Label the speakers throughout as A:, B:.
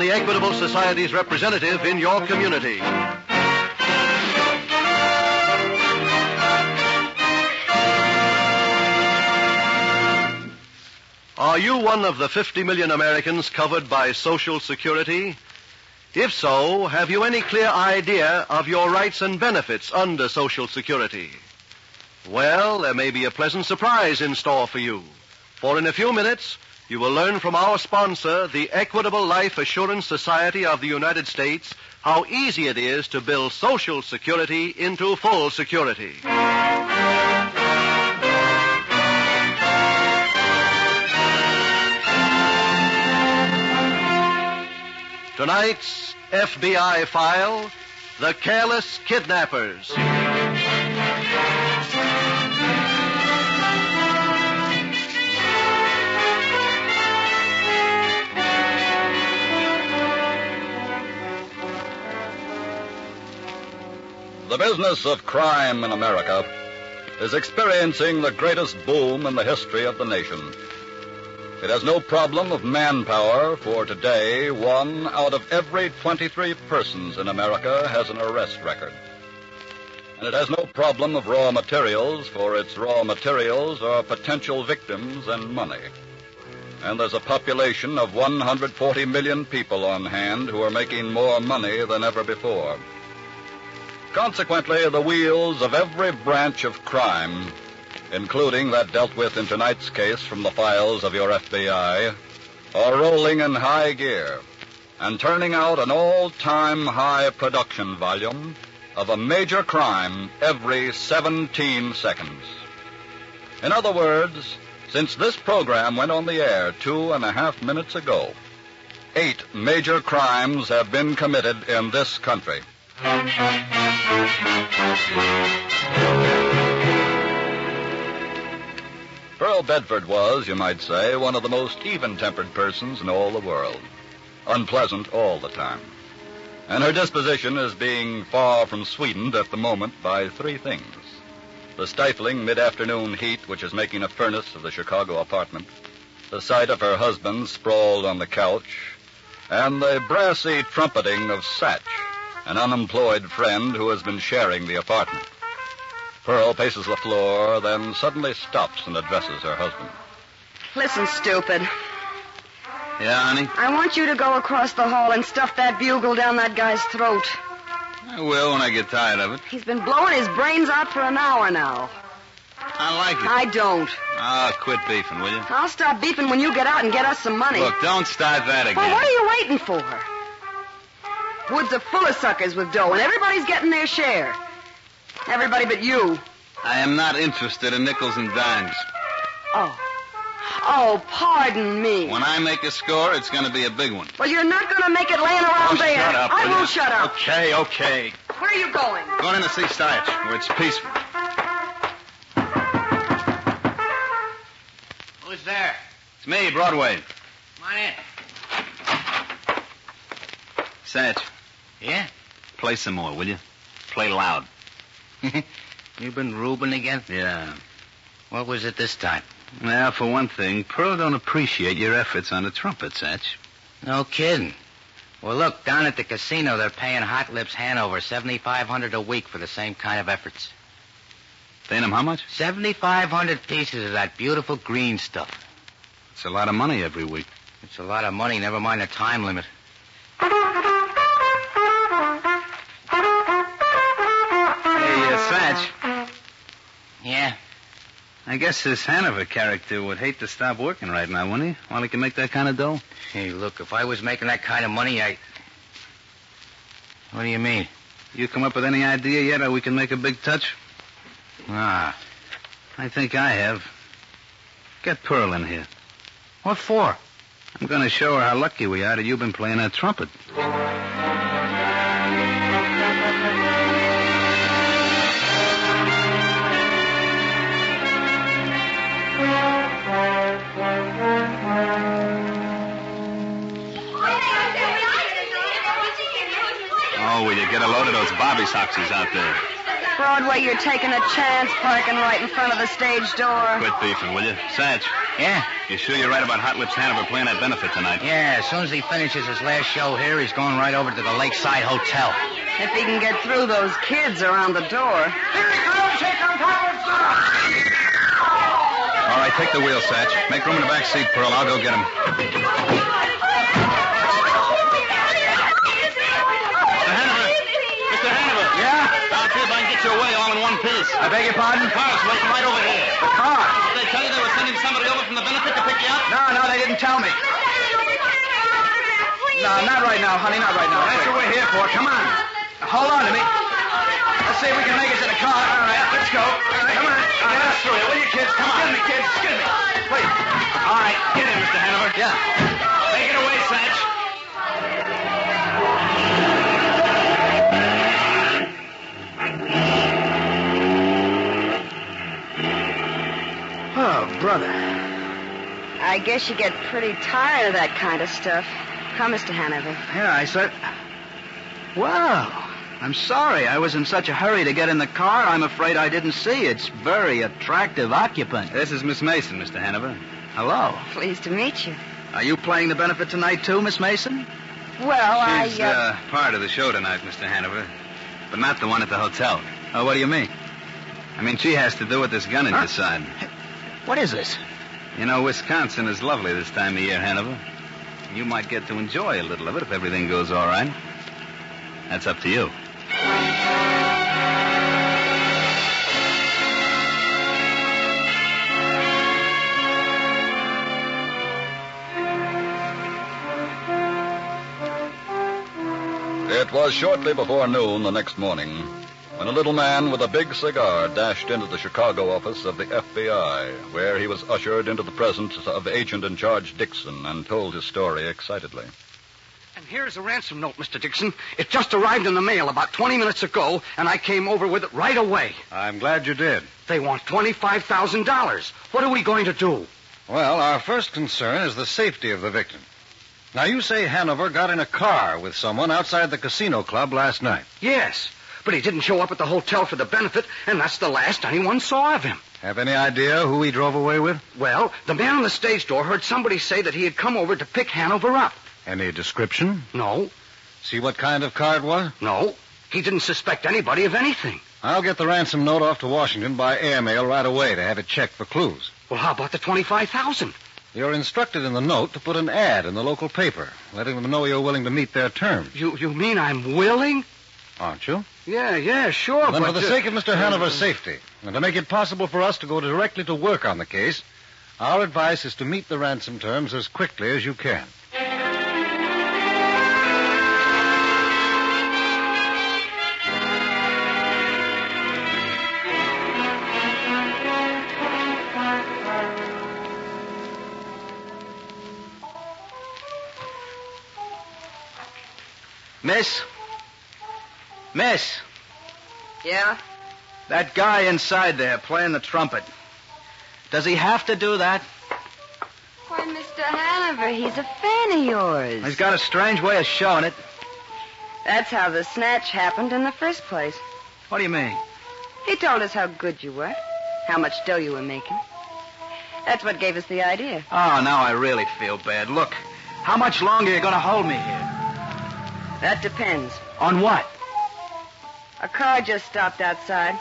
A: the Equitable Society's representative in your community. Are you one of the 50 million Americans covered by Social Security? If so, have you any clear idea of your rights and benefits under Social Security? Well, there may be a pleasant surprise in store for you. For in a few minutes, you will learn from our sponsor, the Equitable Life Assurance Society of the United States, how easy it is to build Social Security into full security. Tonight's FBI file The Careless Kidnappers.
B: The business of crime in America is experiencing the greatest boom in the history of the nation. It has no problem of manpower, for today, one out of every 23 persons in America has an arrest record. And it has no problem of raw materials, for its raw materials are potential victims and money. And there's a population of 140 million people on hand who are making more money than ever before. Consequently, the wheels of every branch of crime, including that dealt with in tonight's case from the files of your FBI, are rolling in high gear and turning out an all time high production volume of a major crime every 17 seconds. In other words, since this program went on the air two and a half minutes ago, eight major crimes have been committed in this country. Pearl Bedford was, you might say, one of the most even tempered persons in all the world. Unpleasant all the time. And her disposition is being far from sweetened at the moment by three things the stifling mid afternoon heat which is making a furnace of the Chicago apartment, the sight of her husband sprawled on the couch, and the brassy trumpeting of Satch, an unemployed friend who has been sharing the apartment. Pearl paces the floor, then suddenly stops and addresses her husband.
C: Listen, stupid.
D: Yeah, honey?
C: I want you to go across the hall and stuff that bugle down that guy's throat.
D: I will when I get tired of it.
C: He's been blowing his brains out for an hour now.
D: I like it.
C: I don't.
D: Oh, quit beefing, will you?
C: I'll stop beefing when you get out and get us some money.
D: Look, don't start that again.
C: well, what are you waiting for? Woods are full of suckers with dough, and everybody's getting their share. Everybody but you.
D: I am not interested in nickels and dimes.
C: Oh. Oh, pardon me.
D: When I make a score, it's going to be a big one.
C: Well, you're not going to make it laying around there.
D: Oh, shut up.
C: I
D: will
C: will
D: you?
C: shut up.
D: Okay, okay.
C: Where are you going?
D: Going in to see Stiach, where it's peaceful.
E: Who's there?
D: It's me, Broadway.
E: Come on in.
D: Satch,
E: Yeah?
D: play some more, will you? Play loud.
E: You've been Reuben again?
D: Yeah.
E: uh, What was it this time?
D: Well, for one thing, Pearl don't appreciate your efforts on the trumpet, Satch.
E: No kidding. Well, look, down at the casino, they're paying Hot Lips Hanover 7500 a week for the same kind of efforts.
D: Paying him how much?
E: 7500 pieces of that beautiful green stuff.
D: It's a lot of money every week.
F: It's a lot of money, never mind the time limit.
E: uh, Hey, uh, Satch.
F: Yeah,
E: I guess this Hanover character would hate to stop working right now, wouldn't he? While he can make that kind of dough?
F: Hey, look, if I was making that kind of money, I. What do you mean?
E: You come up with any idea yet how we can make a big touch?
F: Ah,
E: I think I have. Get Pearl in here.
F: what for?
E: I'm going to show her how lucky we are that you've been playing that trumpet. Oh, will you get a load of those Bobby Soxies out there?
C: Broadway, you're taking a chance parking right in front of the stage door.
E: Quit beefing, will you? Satch,
F: Yeah,
E: you sure you're right about Hot Lips Hanover playing that benefit tonight?
F: yeah, as soon as he finishes his last show here, he's going right over to the Lakeside Hotel.
C: If he can get through those kids around the door.
B: All right, take the wheel, Satch. Make room in the back seat, Pearl. I'll go get him.
G: Mr. Hanover. Yeah? I'll see if I can get you away all in one piece.
B: I beg your pardon?
G: Car's waiting right over here. The car? Did they tell you they were sending somebody over from the benefit to pick you up?
B: No, no, they didn't tell me.
G: No,
B: not right now, honey, not right now. That's what we're here for. Come on. Hold on to me. Let's see if we can make it to the car. All right, let's go. Come on. Get us through here, will you, kids? Come on. Excuse me, kids. Excuse me. Please. All right, get in, Mr. Hanover. Yeah. Take it away, Satch.
C: Oh, brother. I guess you get pretty tired of that kind of stuff. Come, Mr. Hanover.
E: Yeah, I said. Wow. I'm sorry. I was in such a hurry to get in the car, I'm afraid I didn't see its very attractive occupant. This is Miss Mason, Mr. Hanover. Hello.
C: Pleased to meet you.
E: Are you playing the benefit tonight, too, Miss Mason?
C: Well,
E: She's
C: I.
E: uh, part of the show tonight, Mr. Hanover, but not the one at the hotel. Oh, what do you mean? I mean, she has to do with this gun in your side.
F: What is this?
E: You know, Wisconsin is lovely this time of year, Hanover. You might get to enjoy a little of it if everything goes all right. That's up to you.
B: It was shortly before noon the next morning when a little man with a big cigar dashed into the Chicago office of the FBI, where he was ushered into the presence of agent in charge Dixon and told his story excitedly.
G: And here's a ransom note, Mr. Dixon. It just arrived in the mail about 20 minutes ago, and I came over with it right away.
E: I'm glad you did.
G: They want $25,000. What are we going to do?
E: Well, our first concern is the safety of the victim. Now, you say Hanover got in a car with someone outside the casino club last night.
G: Yes, but he didn't show up at the hotel for the benefit, and that's the last anyone saw of him.
E: Have any idea who he drove away with?
G: Well, the man on the stage door heard somebody say that he had come over to pick Hanover up.
E: Any description?
G: No,
E: See what kind of car it was?
G: no. He didn't suspect anybody of anything.
E: I'll get the ransom note off to Washington by airmail right away to have it checked for clues.
G: Well, how about the 25,000?
E: You're instructed in the note to put an ad in the local paper, letting them know you're willing to meet their terms,
G: You you mean I'm willing?
E: aren't you?
G: Yeah, yeah, sure,
E: Then,
G: but
E: for the
G: uh,
E: sake of Mr. Hanover's safety, and to make it possible for us to go directly to work on the case, our advice is to meet the ransom terms as quickly as you can.
F: Miss? Miss,
C: yeah?
F: that guy inside there playing the trumpet. Does he have to do that?
C: Why, Mr. Hanover, he's a fan of yours.
F: got a strange way of showing it.
C: That's how the snatch happened in the first place.
F: What do you mean?
C: He told us how good you were, how much dough you were making. That's what gave us the idea.
F: Oh, now I really feel bad. Look, how much longer are you going to hold me here?
C: That depends.
F: On what?
C: A car just stopped outside.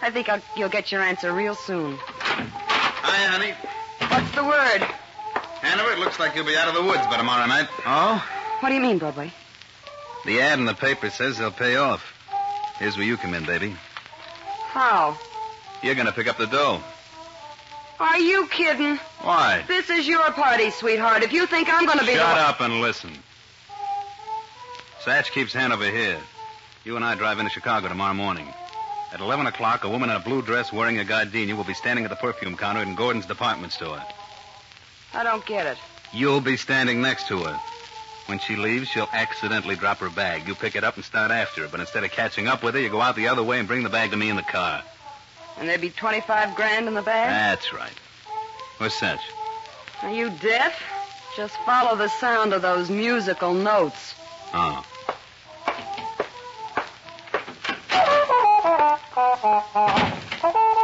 C: I think I'll, you'll get your answer real soon.
F: Hi, honey.
C: What's the word?
G: Hanover, it looks like you'll be out of the woods by tomorrow night.
B: Oh?
C: What do you mean, Broadway?
B: The ad in the paper says they'll pay off. Here's where you come in, baby.
C: How?
G: You're going to pick up the dough.
C: Are you kidding?
G: Why?
C: This is your party, sweetheart. If you think I'm going to be the
G: Shut
C: one-
B: Up and listen. Satch keeps Hanover here. You and I drive into Chicago tomorrow morning. At 11 o'clock, a woman in a blue dress wearing a gardenia will be standing at the perfume counter in Gordon's department store.
C: I don't get it.
B: You'll be standing next to her. When she leaves, she'll accidentally drop her bag. You pick it up and start after her, but instead of catching up with her, you go out the other way and bring the bag to me in the car.
C: And there'd be 25 grand in the bag?
B: That's right. Where's Satch?
C: Are you deaf? Just follow the sound of those musical notes.
B: Oh.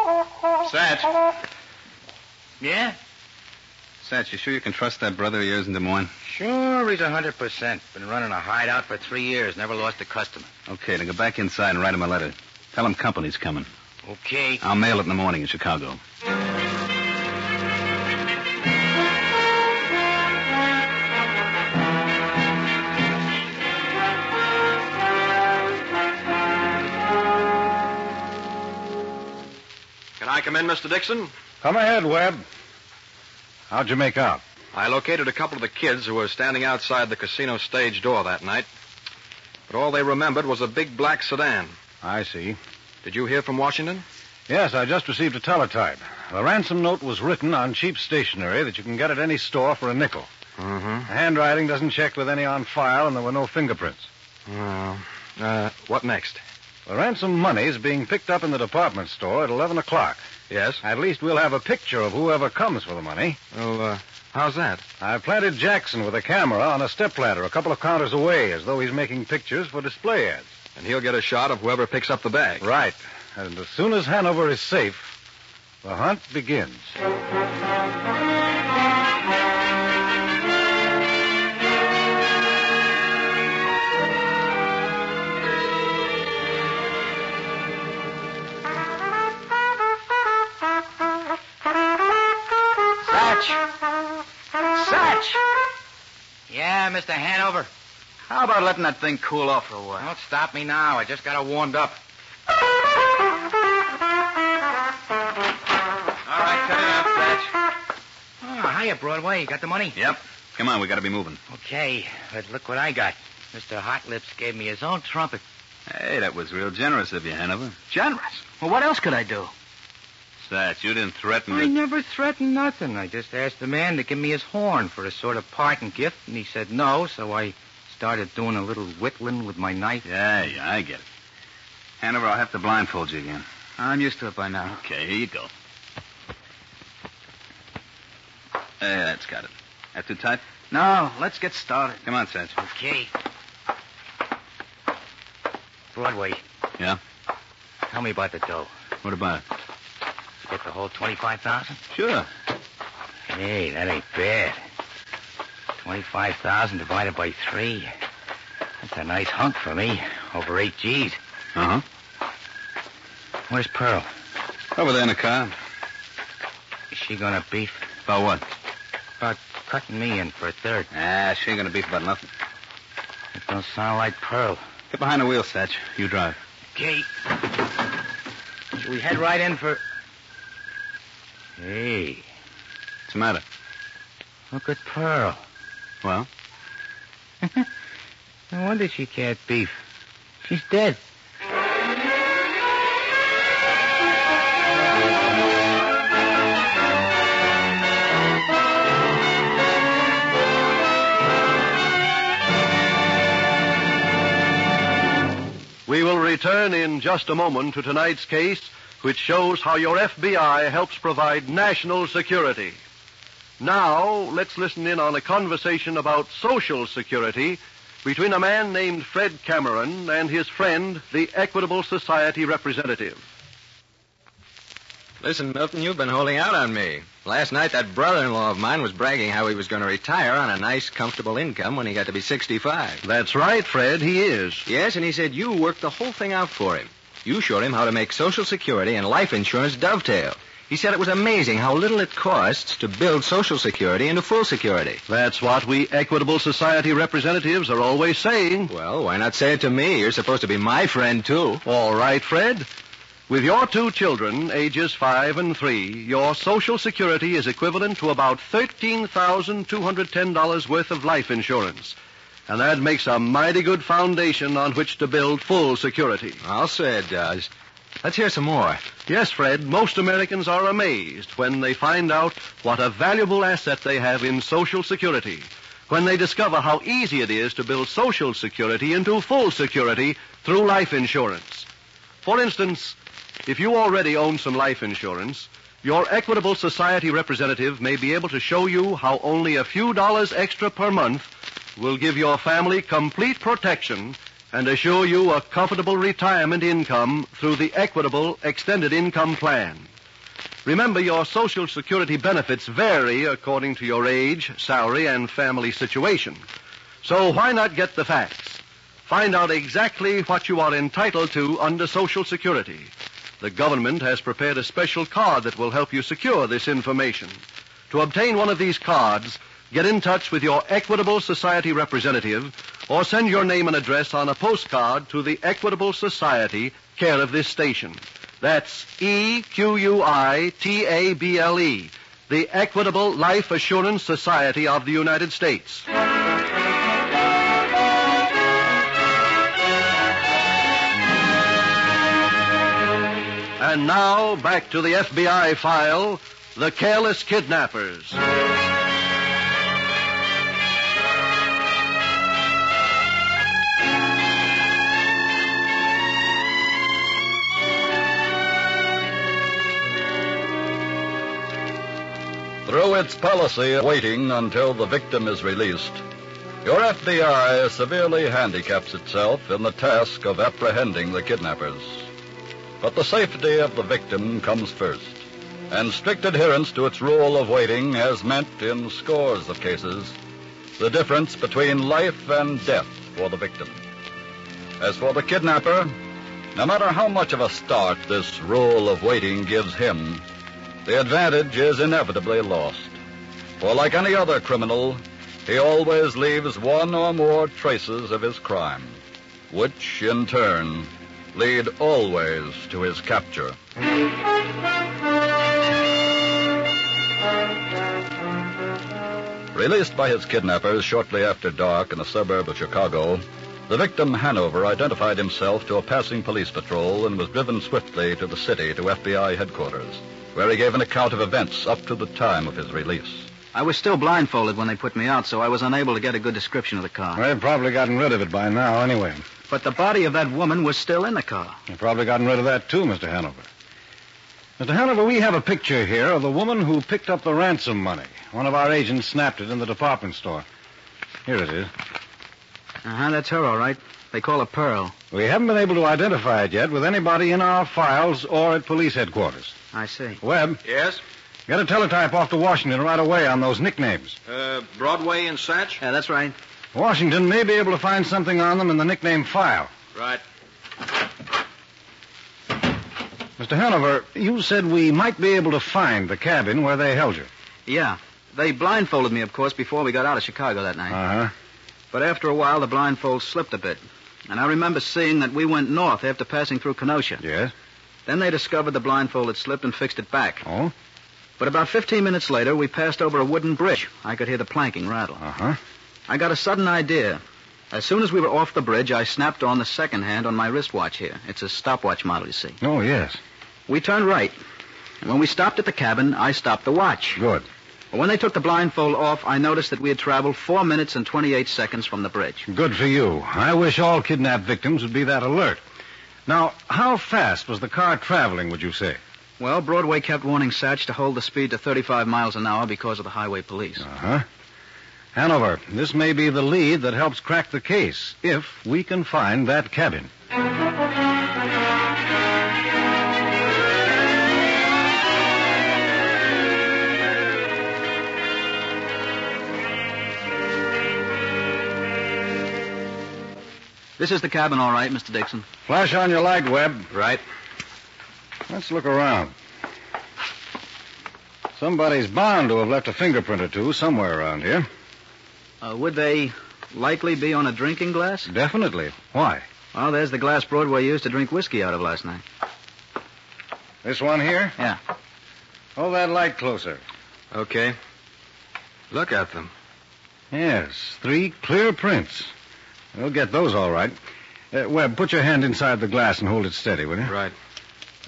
G: Satch.
E: Yeah?
B: Satch, you sure you can trust that brother of yours in Des Moines?
E: Sure, he's 100%. Been running a hideout for three years, never lost a customer.
B: Okay, then go back inside and write him a letter. Tell him company's coming.
E: Okay.
B: I'll mail it in the morning in Chicago.
H: Can I come in, Mr. Dixon?
I: Come ahead, Webb. How'd you make out?
J: I located a couple of the kids who were standing outside the casino stage door that night. But all they remembered was a big black sedan.
I: I see.
J: Did you hear from Washington?
I: Yes, I just received a teletype. The ransom note was written on cheap stationery that you can get at any store for a nickel.
J: Mm-hmm.
I: The handwriting doesn't check with any on file, and there were no fingerprints.
J: Well, uh, what next?
I: The ransom money is being picked up in the department store at 11 o'clock.
J: Yes?
I: At least we'll have a picture of whoever comes for the money.
J: Well, uh, how's that?
I: I planted Jackson with a camera on a stepladder a couple of counters away, as though he's making pictures for display ads.
J: And he'll get a shot of whoever picks up the bag.
I: Right. And as soon as Hanover is safe, the hunt begins.
C: Satch! Satch!
E: Yeah, Mr. Hanover.
B: How about letting that thing cool off for a while?
E: Don't stop me now. I just got her warmed up.
B: All right, cut it out,
E: Oh, hiya, Broadway. You got the money?
B: Satch. Yep. Come on, we gotta be moving.
E: Okay, but look what I got. Mr. Hot Lips gave me his own trumpet.
B: Hey, that was real generous of you, Hanover.
E: Generous? Well, what else could I do?
B: Satch, you didn't threaten
E: I
B: to...
E: never threatened nothing. I just asked the man to give me his horn for a sort of parting gift, and he said no, so I started doing a little whittling with my knife.
B: Yeah, yeah, I get it. Hanover, I'll have to blindfold you again.
E: I'm used to it by now.
B: Okay, here you go. Yeah, that's got it. That too tight?
E: No, let's get started.
B: Come on, Satch.
E: Okay. Broadway,
B: Yeah?
E: tell me about the dough.
B: What about it?
E: You get the whole 25000
B: Sure.
E: Hey, that ain't bad. 25000 divided by three. That's a nice hunk for me. Over eight G's.
B: Uh-huh.
E: Where's Pearl?
B: Over there in the car.
E: Is she gonna beef?
B: About what?
E: About cutting me in for a third.
B: Ah, she ain't gonna beef about nothing.
E: It don't sound like Pearl.
B: Get behind the wheel, Satch. You drive.
E: Okay. Should we head right in for. Hey,
B: What's the matter?
E: look at Pearl.
B: Well?
E: No wonder she can't beef. She's dead.
H: We will return in just a moment to tonight's case, which shows how your FBI helps provide national security. Now, let's listen in on a conversation about social security between a man named Fred Cameron and his friend, the Equitable Society representative.
J: Listen, Milton, you've been holding out on me. Last night, that brother in law of mine was bragging how he was going to retire on a nice, comfortable income when he got to be 65.
H: That's right, Fred, he is.
J: Yes, and he said you worked the whole thing out for him. You showed him how to make Social Security and life insurance dovetail.
K: He said it was amazing how little it costs to build Social Security into full security.
B: That's what we Equitable Society representatives are always saying.
K: Well, why not say it to me? You're supposed to be my friend, too.
B: All right, Fred. With your two children, ages five and three, your Social Security is equivalent to about $13,210 worth of life insurance. And that makes a mighty good foundation on which to build full security.
K: I'll say it does. Let's hear some more.
B: Yes, Fred, most Americans are amazed when they find out what a valuable asset they have in Social Security. When they discover how easy it is to build Social Security into full security through life insurance. For instance, if you already own some life insurance, your Equitable Society representative may be able to show you how only a few dollars extra per month will give your family complete protection and assure you a comfortable retirement income through the Equitable Extended Income Plan. Remember, your Social Security benefits vary according to your age, salary, and family situation. So why not get the facts? Find out exactly what you are entitled to under Social Security. The government has prepared a special card that will help you secure this information. To obtain one of these cards, get in touch with your Equitable Society representative or send your name and address on a postcard to the Equitable Society, care of this station. That's E Q U I T A B L E, the Equitable Life Assurance Society of the United States. And now, back to the FBI file The Careless Kidnappers.
L: Through its policy of waiting until the victim is released, your FBI severely handicaps itself in the task of apprehending the kidnappers. But the safety of the victim comes first, and strict adherence to its rule of waiting has meant, in scores of cases, the difference between life and death for the victim. As for the kidnapper, no matter how much of a start this rule of waiting gives him, the advantage is inevitably lost. For like any other criminal, he always leaves one or more traces of his crime, which in turn lead always to his capture. Released by his kidnappers shortly after dark in a suburb of Chicago, the victim Hanover identified himself to a passing police patrol and was driven swiftly to the city to FBI headquarters where he gave an account of events up to the time of his release.
G: I was still blindfolded when they put me out, so I was unable to get a good description of the car.
M: They've probably gotten rid of it by now, anyway.
G: But the body of that woman was still in the car.
M: They've probably gotten rid of that, too, Mr. Hanover. Mr. Hanover, we have a picture here of the woman who picked up the ransom money. One of our agents snapped it in the department store. Here it is.
G: Uh
E: Uh-huh,
G: huh, that's her, all right. They call her Pearl.
M: We haven't been able to identify it yet with anybody in our files or at police headquarters.
G: I see.
M: Webb,
N: Yes?
M: get a teletype off to Washington right away on those nicknames.
N: Uh, Broadway and Satch?
G: Yeah, that's right.
M: Washington may be able to find something on them in the nickname file.
N: Right.
M: Mr. Hanover, you said we might be able to find the cabin where they held you.
G: Yeah. They blindfolded me, of course, before we got out of Chicago that night.
M: Uh huh.
G: But after a while, the blindfold slipped a bit. And I remember seeing that we went north after passing through Kenosha.
M: Yes.
G: Then they discovered the blindfold had slipped and fixed it back.
M: Oh?
G: But about 15 minutes later, we passed over a wooden bridge. I could hear the planking rattle.
M: Uh huh.
G: I got a sudden idea. As soon as we were off the bridge, I snapped on the second hand on my wristwatch here. It's a stopwatch model, you see.
M: Oh, yes.
G: We turned right. And when we stopped at the cabin, I stopped the watch.
M: Good.
G: But when they took the blindfold off, I noticed that we had traveled four minutes and 28 seconds from the bridge.
M: Good for you. I wish all kidnapped victims would be that alert. Now, how fast was the car traveling, would you say?
G: Well, Broadway kept warning Satch to hold the speed to 35 miles an hour because of the highway police.
M: Uh huh. Hanover, this may be the lead that helps crack the case if we can find that cabin.
G: This is the cabin, all right, Mr. Dixon.
M: Flash on your light, Webb.
G: Right.
M: Let's look around.
B: Somebody's bound to have left a fingerprint or two somewhere around here.
L: Uh, would they likely be on a drinking glass?
B: Definitely. Why?
L: Well, there's the glass Broadway used to drink whiskey out of last night.
B: This one here?
L: Yeah.
B: Hold that light closer.
O: Okay. Look at them.
B: Yes, three clear prints. We'll get those all right. Uh, Webb, put your hand inside the glass and hold it steady, will you?
O: Right.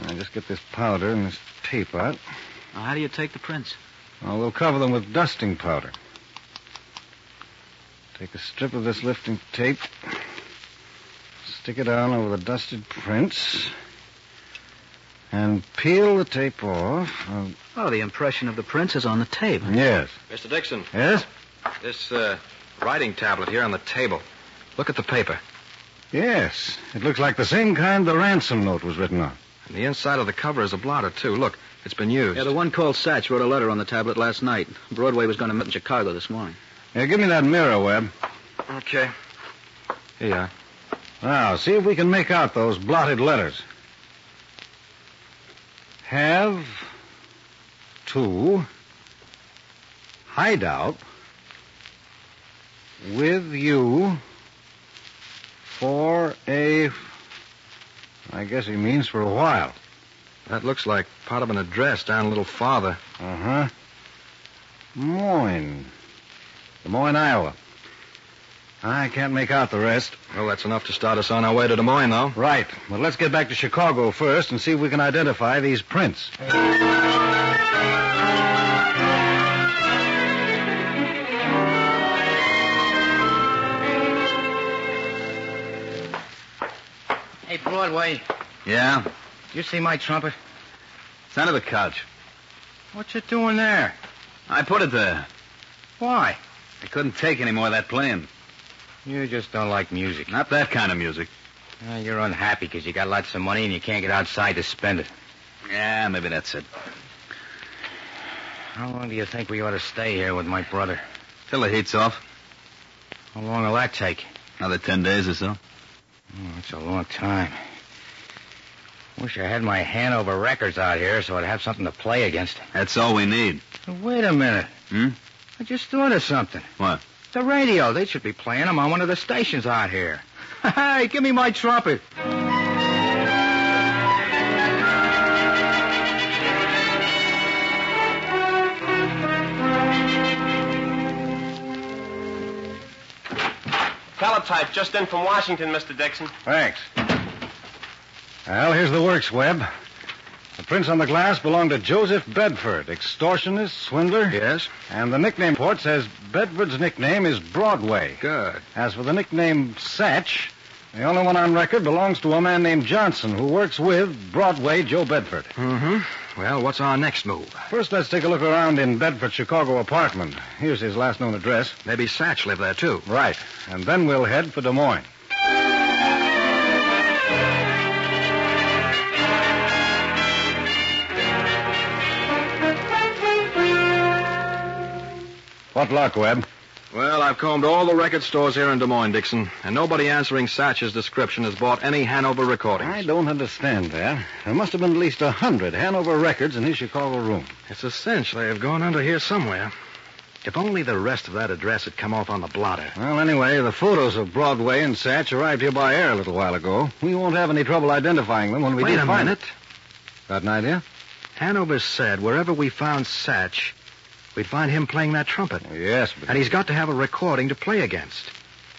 B: Now, just get this powder and this tape out.
L: Now, how do you take the prints?
B: Well, we'll cover them with dusting powder. Take a strip of this lifting tape, stick it on over the dusted prints, and peel the tape off. Uh,
L: Oh, the impression of the prints is on the tape.
B: yes.
O: Mr. Dixon,
B: Yes?
O: this uh, writing tablet here on the table. Look at the paper.
B: Yes. It looks like the same kind the ransom note was written on.
O: And the inside of the cover is a blotter, too. Look, it's been used.
L: Yeah, the one called Satch wrote a letter on the tablet last night. Broadway was going to meet in Chicago this morning.
B: Here, give me that mirror, Webb.
O: Okay. Here you are.
B: Now, see if we can make out those blotted letters. Have to hide out with you for a. I guess he means for a while.
O: That looks like part of an address down a little farther.
B: Uh huh. Moines. Des Moines, Iowa. I can't make out the rest.
O: Well, that's enough to start us on our way to Des Moines, though.
B: Right. But let's get back to Chicago first and see if we can identify these prints.
E: Hey, Broadway,
L: Yeah?
E: you see my trumpet?
L: It's under the couch.
E: What you doing there?
L: I put it there.
E: Why?
L: I couldn't take any more of that playing.
E: You just don't like music.
L: Not that kind of music.
E: Uh, you're unhappy because you got lots of money and you can't get outside to spend it.
L: Yeah, maybe that's it.
E: How long do you think we ought to stay here with my brother?
L: Till the heat's off.
E: How long will that take?
L: Another ten days or so.
E: Oh, that's a long time. Wish I had my Hanover records out here so I'd have something to play against.
L: That's all we need.
E: Wait a minute.
L: Hmm?
E: I just thought of something.
L: What?
E: The radio. They should be playing them on one of the stations out here. Hey, give me my trumpet.
G: Teletype just in from Washington, Mr. Dixon.
B: Thanks. Well, here's the works, Webb. The prints on the glass belong to Joseph Bedford, extortionist, swindler.
O: Yes?
B: And the nickname report says Bedford's nickname is Broadway.
O: Good.
B: As for the nickname Satch, the only one on record belongs to a man named Johnson who works with Broadway Joe Bedford.
O: Mm-hmm. Well, what's our next move?
B: First, let's take a look around in Bedford's Chicago apartment. Here's his last known address.
O: Maybe Satch lived there, too.
B: Right. And then we'll head for Des Moines. What luck, Webb?
O: Well, I've combed all the record stores here in Des Moines, Dixon, and nobody answering Satch's description has bought any Hanover recordings.
B: I don't understand that. There must have been at least a hundred Hanover records in his Chicago room.
O: It's a cinch. They have gone under here somewhere. If only the rest of that address had come off on the blotter.
B: Well, anyway, the photos of Broadway and Satch arrived here by air a little while ago. We won't have any trouble identifying them when we
O: Wait
B: do
O: a
B: find
O: minute.
B: it. Got an idea?
O: Hanover said wherever we found Satch, we'd find him playing that trumpet.
B: Yes, but
O: And he's got to have a recording to play against.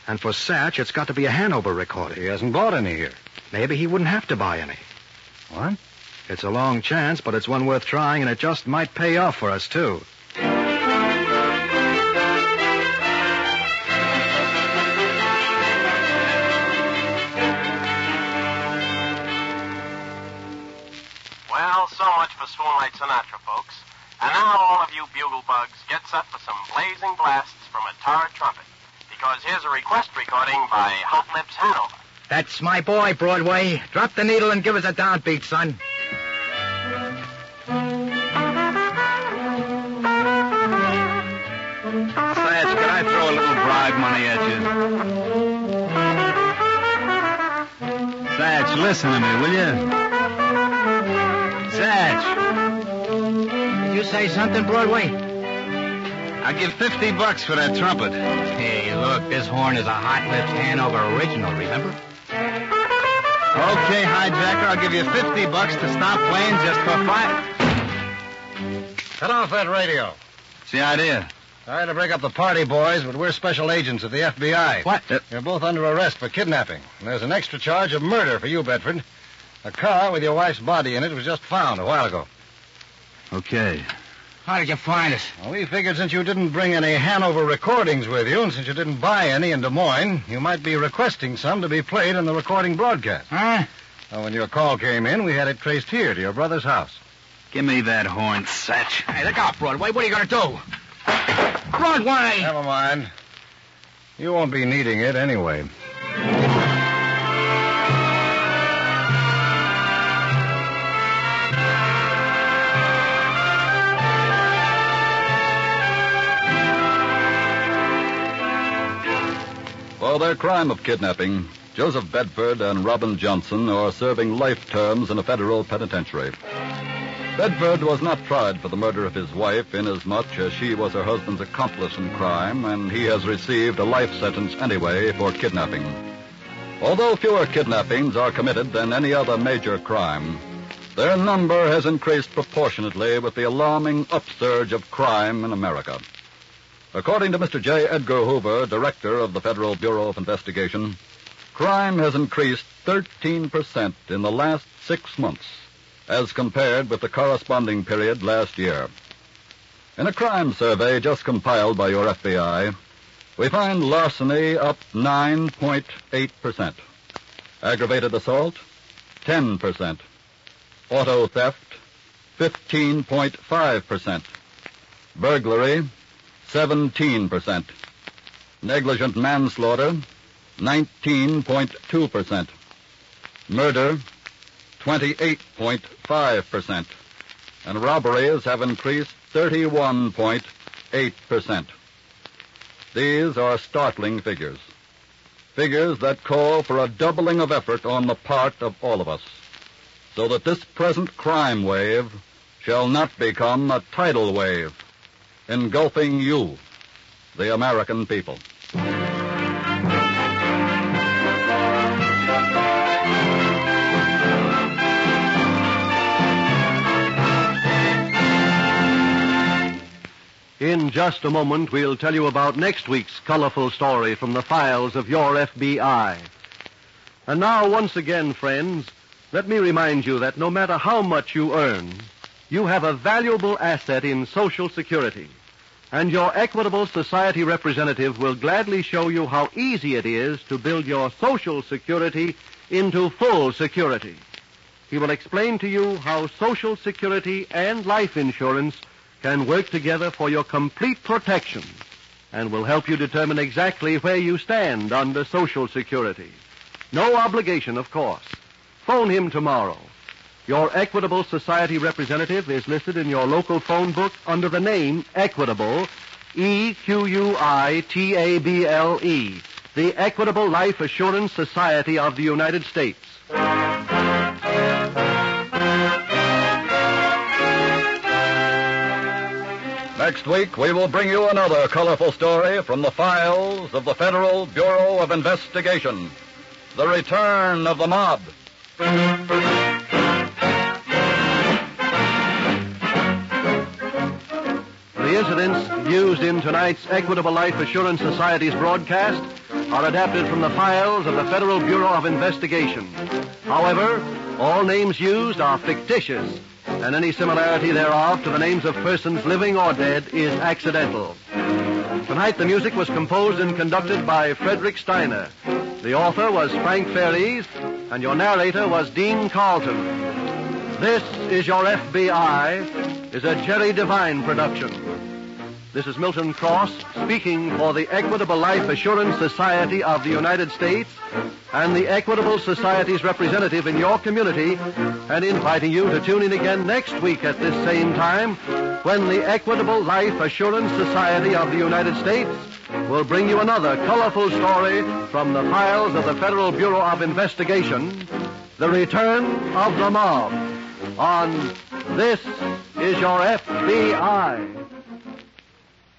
O: And for Satch, it's got to be a Hanover recording.
B: he hasn't bought any here.
O: Maybe he wouldn't have to buy any.
B: What?
O: It's a long chance, but it's one worth trying, and it just might pay off for us, too.
G: Well, so much for Moonlight Sinatra, folks. And now, all of you bugle bugs, get set for some blazing blasts from a tar trumpet. Because here's a request recording by Hot Lips Hanover.
E: That's my boy, Broadway. Drop the needle and give us a downbeat, son.
L: Satch, can I throw a little bribe money at you? Satch, listen to me, will you? Satch.
E: Did you You say something, Broadway?
G: I'll give 50 bucks for that trumpet.
E: Hey, look, this horn is a hot lips Hanover original, remember?
G: Okay, hijacker, I'll give you 50 bucks to stop playing just for five.
M: Cut off that radio.
G: It's the idea.
M: Sorry to break up the party, boys, but we're special agents of the FBI.
G: What?
M: You're both under arrest for kidnapping. And there's an extra charge of murder for you, Bedford. A car with your wife's body in it was just found a while ago.
G: Okay.
E: How did you find us?
M: Well, we figured since you didn't bring any Hanover recordings with you, and since you didn't buy any in Des Moines, you might be requesting some to be played in the recording broadcast.
E: Huh?
M: So when your call came in, we had it traced here to your brother's house.
G: Give me that horn, Satch.
E: Hey, look out, Broadway. What are you going to do? Broadway!
M: Never mind. You won't be needing it anyway.
L: For their crime of kidnapping, Joseph Bedford and Robin Johnson are serving life terms in a federal penitentiary. Bedford was not tried for the murder of his wife, inasmuch as she was her husband's accomplice in crime, and he has received a life sentence anyway for kidnapping. Although fewer kidnappings are committed than any other major crime, their number has increased proportionately with the alarming upsurge of crime in America. According to Mr. J. Edgar Hoover, director of the Federal Bureau of Investigation, crime has increased 13% in the last six months as compared with the corresponding period last year. In a crime survey just compiled by your FBI, we find larceny up 9.8%, aggravated assault 10%, auto theft 15.5%, burglary 17%. Negligent manslaughter, 19.2%. Murder, 28.5%. And robberies have increased 31.8%. These are startling figures. Figures that call for a doubling of effort on the part of all of us, so that this present crime wave shall not become a tidal wave engulfing you, the American people.
B: In just a moment, we'll tell you about next week's colorful story from the files of your FBI. And now, once again, friends, let me remind you that no matter how much you earn, you have a valuable asset in Social Security. And your Equitable Society representative will gladly show you how easy it is to build your Social Security into full security. He will explain to you how Social Security and life insurance can work together for your complete protection and will help you determine exactly where you stand under Social Security. No obligation, of course. Phone him tomorrow. Your Equitable Society representative is listed in your local phone book under the name Equitable, E Q U I T A B L E, the Equitable Life Assurance Society of the United States.
L: Next week, we will bring you another colorful story from the files of the Federal Bureau of Investigation The Return of the Mob.
B: The incidents used in tonight's Equitable Life Assurance Society's broadcast are adapted from the files of the Federal Bureau of Investigation. However, all names used are fictitious, and any similarity thereof to the names of persons living or dead is accidental. Tonight, the music was composed and conducted by Frederick Steiner. The author was Frank Ferries, and your narrator was Dean Carlton. This is Your FBI is a Jerry Devine production. This is Milton Cross speaking for the Equitable Life Assurance Society of the United States and the Equitable Society's representative in your community and inviting you to tune in again next week at this same time when the Equitable Life Assurance Society of the United States will bring you another colorful story from the files of the Federal Bureau of Investigation, The Return of the Mob on This is your FBI.